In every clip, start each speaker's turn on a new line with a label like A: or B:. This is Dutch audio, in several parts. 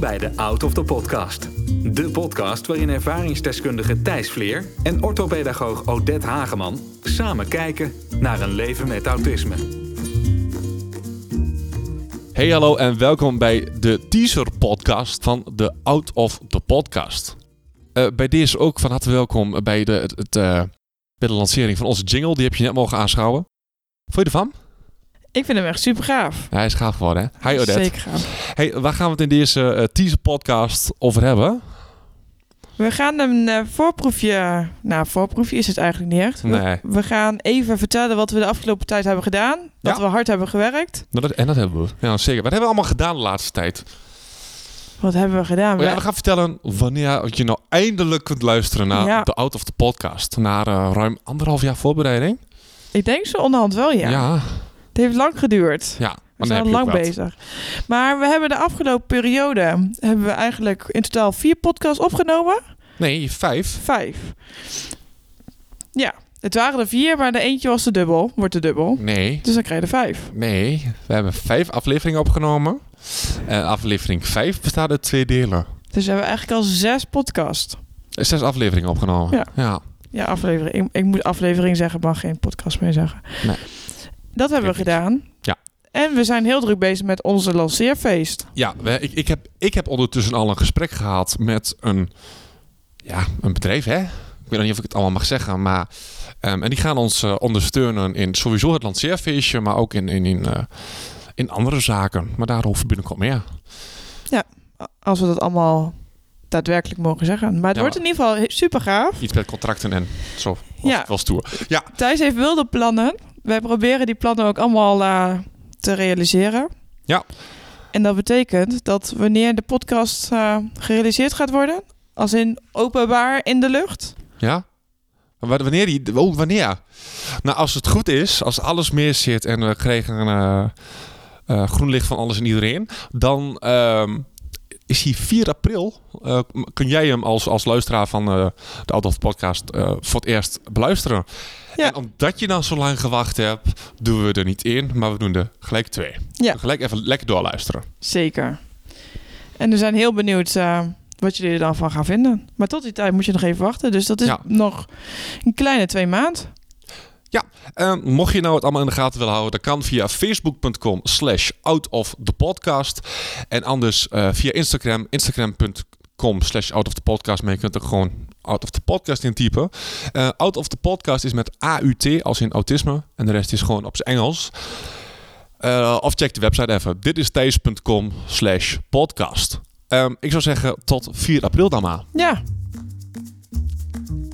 A: bij de Out of the Podcast. De podcast waarin ervaringsdeskundige Thijs Vleer en orthopedagoog Odette Hageman samen kijken naar een leven met autisme.
B: Hey hallo en welkom bij de teaser podcast van de Out of the Podcast. Eh, bij deze ook van harte welkom bij de, het, het, eh, bij de lancering van onze jingle. Die heb je net mogen aanschouwen. Vond je ervan?
C: Ik vind hem echt super gaaf.
B: Ja, hij is gaaf geworden hè? Hi Odette.
C: Zeker gaaf.
B: Hey, waar gaan we het in deze eh, teaser podcast over hebben?
C: We gaan een eh, voorproefje... Nou, voorproefje is het eigenlijk niet echt. We-
B: Nee.
C: We gaan even vertellen wat we de afgelopen tijd hebben gedaan. Dat
B: Ja.
C: we hard hebben gewerkt.
B: Nou, dat, en dat hebben we. Ja, zeker. Wat hebben we allemaal gedaan de laatste tijd?
C: Wat hebben we gedaan?
B: Oh ja,
C: We-
B: we gaan vertellen wanneer je nou eindelijk kunt luisteren naar
C: Ja.
B: de Out of the Podcast. Na eh, ruim anderhalf jaar voorbereiding.
C: Ik denk zo onderhand wel, ja.
B: ja.
C: Het heeft lang geduurd.
B: ja.
C: We
B: Maar dan heb
C: zijn
B: je ook
C: lang
B: wat.
C: bezig. Maar we hebben de afgelopen periode... hebben we eigenlijk in totaal vier podcasts opgenomen.
B: Nee, vijf.
C: Vijf. Ja, het waren er vier, maar de eentje was de dubbel. Wordt de dubbel.
B: Nee,
C: Dus dan krijg je er vijf.
B: nee. We hebben vijf afleveringen opgenomen. En aflevering vijf bestaat uit twee delen.
C: Dus we hebben eigenlijk al zes podcast.
B: Eh, Zes afleveringen opgenomen.
C: Ja. Ja, aflevering. Ik, ik moet aflevering zeggen, mag geen podcast meer zeggen.
B: Nee.
C: Dat hebben we
B: Geeft niks.
C: gedaan.
B: Ja.
C: En we zijn heel druk bezig met onze lanceerfeest.
B: Ja, we- ik, ik, heb, ik heb ondertussen al een gesprek gehad met een, ja, een bedrijf, hè? Ik weet nog niet of ik het allemaal mag zeggen, maar... ehm, en die gaan ons eh, ondersteunen in sowieso het lanceerfeestje, maar ook in, in, in, eh, in andere zaken. Maar daarover binnenkort meer.
C: Als we dat allemaal daadwerkelijk mogen zeggen. Maar het
B: Ja,
C: wordt in ieder geval super gaaf.
B: Iets met contracten en zo. Was,
C: Ja.
B: was stoer. Ja,
C: Thijs heeft wilde plannen. Wij proberen die plannen ook allemaal eh, te realiseren.
B: Ja.
C: En dat betekent dat wanneer de podcast eh, gerealiseerd gaat worden, als in openbaar in de lucht,
B: Ja? Wa- Wanneer die... Oh, wanneer? Nou, als het goed is, als alles meer zit en we krijgen eh, eh, groen licht van alles en iedereen, dan ehm, is hij 4 april. eh, m- kun jij hem als, als luisteraar van eh, de Out of Podcast eh, voor het eerst beluisteren.
C: Ja.
B: En omdat je dan zo lang gewacht hebt, doen we er niet één, maar we doen er gelijk twee.
C: Ja.
B: Gelijk even lekker doorluisteren.
C: Zeker. En we zijn heel benieuwd eh, wat jullie er dan van gaan vinden. Maar tot die tijd moet je nog even wachten. Dus dat is
B: Ja.
C: nog een kleine twee maand.
B: En mocht je nou het allemaal in de gaten willen houden, dat kan via facebook.com slash out of the podcast. En anders eh, via Instagram, instagram.com slash out of the podcast. Maar je kunt ook gewoon out of the podcast intypen. Eh out of the podcast is met AUT, als in autisme. En de rest is gewoon op zijn Engels. Eh, of check de website even. Dit is thijs.com slash podcast. Ehm, ik zou zeggen tot 4 april dan maar.
C: Ja,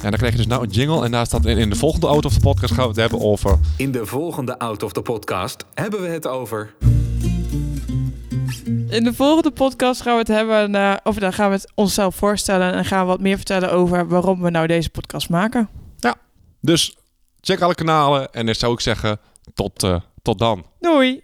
B: En dan krijg je dus nou een jingle. En daar staat in, in de volgende out of the podcast gaan we het hebben over...
A: In de volgende Out of the Podcast hebben we het over
C: in de volgende podcast gaan we het hebben. eh, of dan gaan we het onszelf voorstellen. En gaan we wat meer vertellen over waarom we nou deze podcast maken.
B: Dus check alle kanalen en dan zou ik zeggen tot, eh, tot dan.
C: Doei!